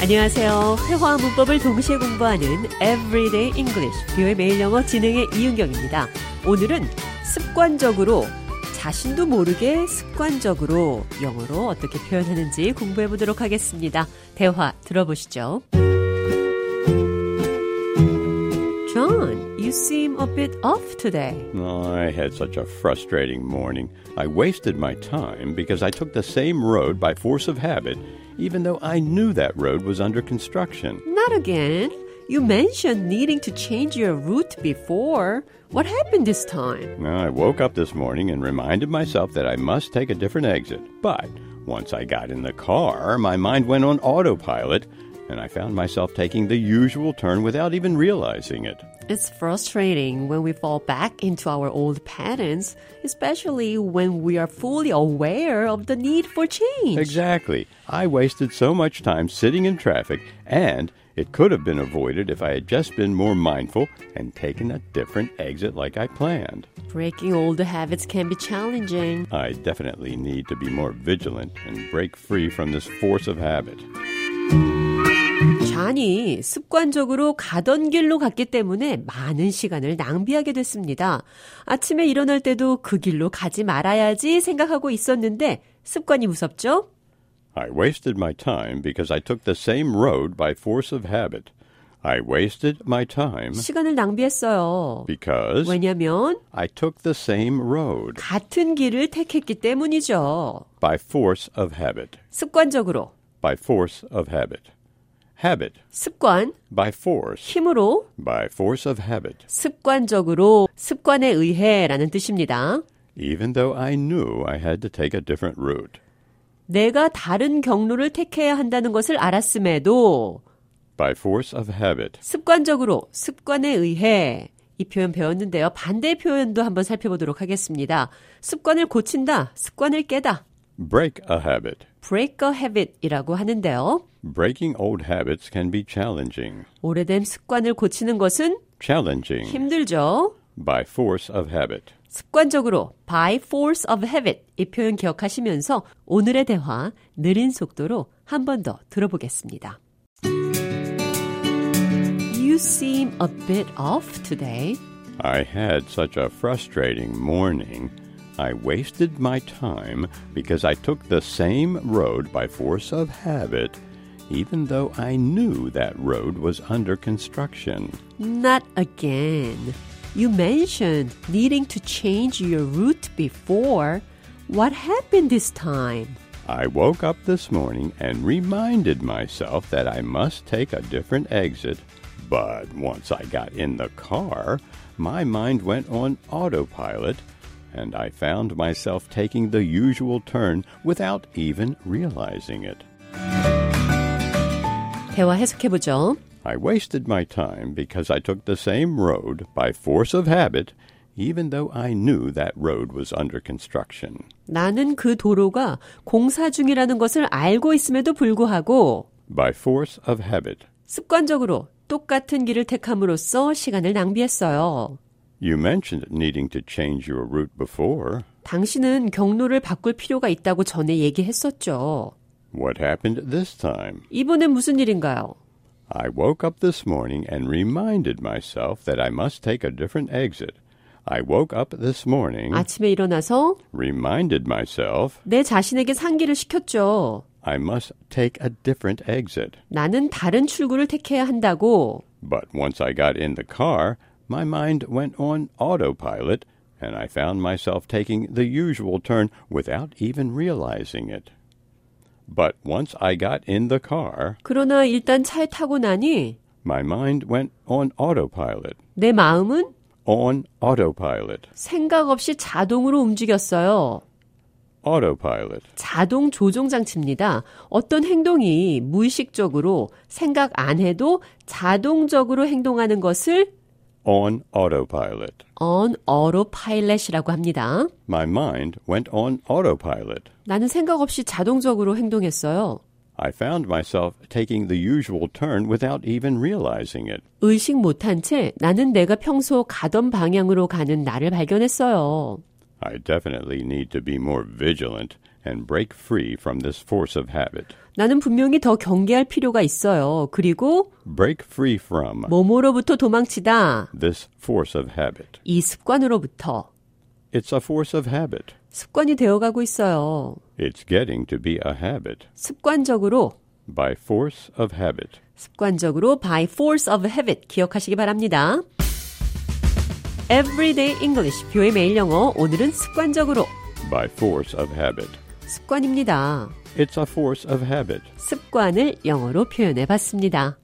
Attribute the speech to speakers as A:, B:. A: 안녕하세요. 회화와 문법을 동시에 공부하는 Everyday English, 뷰의 매일 영어 진행의 이은경입니다. 오늘은 습관적으로 자신도 모르게 습관적으로 영어로 어떻게 표현하는지 공부해 보도록 하겠습니다. 대화 들어보시죠. John, you seem a bit off today.
B: I had such a frustrating morning. I wasted my time because I took the same road by force of habit, even though I knew that road was under construction.
A: Not again. You mentioned needing to change your route before. What happened this time?
B: I woke up this morning and reminded myself that I must take a different exit. But once I got in the car, my mind went on autopilot, and I found myself taking the usual turn without even realizing it.
A: It's frustrating when we fall back into our old patterns, especially when we are fully aware of the need for change.
B: Exactly. I wasted so much time sitting in traffic, and it could have been avoided if I had just been more mindful and taken a different exit like I planned.
A: Breaking old habits can be challenging.
B: I definitely need to be more vigilant and break free from this force of habit.
A: 잔이 습관적으로 가던 길로 갔기 때문에 많은 시간을 낭비하게 됐습니다. 아침에 일어날 때도 그 길로 가지 말아야지 생각하고 있었는데 습관이 무섭죠?
B: I wasted my time because I took the same road by force of habit. I wasted my time
A: 시간을 낭비했어요.
B: because
A: 왜냐면
B: I took the same road
A: 같은 길을 택했기 때문이죠.
B: by force of habit.
A: 습관적으로
B: By force of habit. Habit
A: 습관
B: by force.
A: 힘으로
B: By force of habit.
A: 습관적으로 습관에 의해라는 뜻입니다.
B: Even though I knew I had to take a different route.
A: 내가 다른 경로를 택해야 한다는 것을 알았음에도
B: By force of habit.
A: 습관적으로 습관에 의해 이 표현 배웠는데요. 반대 표현도 한번 살펴보도록 하겠습니다. 습관을 고친다, 습관을 깨다,
B: Break a habit.
A: break a habit이라고 하는데요.
B: Breaking old habits can be challenging.
A: 오래된 습관을 고치는 것은
B: Challenging
A: 힘들죠.
B: by force of habit.
A: 습관적으로 by force of habit 이 표현 기억하시면서 오늘의 대화 느린 속도로 한 번 더 들어보겠습니다. You seem a bit off today.
B: I had such a frustrating morning. I wasted my time because I took the same road by force of habit, even though I knew that road was under construction.
A: Not again. You mentioned needing to change your route before. What happened this time?
B: I woke up this morning and reminded myself that I must take a different exit. But once I got in the car, my mind went on autopilot, and I found myself taking the usual turn without even realizing it.
A: 대화 해석해보죠.
B: I wasted my time because I took the same road by force of habit, even though I knew that road was under construction.
A: 나는 그 도로가 공사 중이라는 것을 알고 있음에도 불구하고
B: By force of habit.
A: 습관적으로 똑같은 길을 택함으로써 시간을 낭비했어요.
B: You mentioned needing to change your route before.
A: 당신은 경로를 바꿀 필요가 있다고 전에 얘기했었죠.
B: What happened this time?
A: 이번엔 무슨 일인가요?
B: I woke up this morning and reminded myself that I must take a different exit. I woke up this morning,
A: 아침에 일어나서
B: reminded myself
A: 내 자신에게 상기를 시켰죠.
B: I must take a different exit.
A: 나는 다른 출구를 택해야 한다고.
B: But once I got in the car, my mind went on autopilot, and I found myself taking the usual turn without even realizing it. But once I got in the car,
A: 그러나 일단 차에 타고 나니
B: my mind went on autopilot.
A: 내 마음은
B: On autopilot.
A: 생각 없이 자동으로 움직였어요.
B: Autopilot.
A: 자동 조종 장치입니다. 어떤 행동이 무의식적으로 생각 안 해도 자동적으로 행동하는 것을
B: On autopilot.
A: on autopilot이라고 합니다.
B: My mind went on autopilot.
A: 나는 생각 없이 자동적으로 행동했어요.
B: I found myself taking the usual turn without even realizing it.
A: 의식 못한 채 나는 내가 평소 가던 방향으로 가는 나를 발견했어요.
B: I definitely need to be more vigilant and break free from this force of habit.
A: 나는 분명히 더 경계할 필요가 있어요. 그리고
B: Break free from
A: 뭐뭐로부터 도망치다.
B: this force of habit.
A: 이 습관으로부터
B: It's a force of habit.
A: 습관이 되어가고 있어요.
B: It's getting to be a habit
A: 습관적으로
B: by force of habit.
A: 습관적으로 by force of habit 기억하시기 바랍니다. Everyday English 뷰의 매일 영어 오늘은 습관적으로
B: By force of habit.
A: 습관입니다.
B: It's a force of habit.
A: 습관을 영어로 표현해 봤습니다.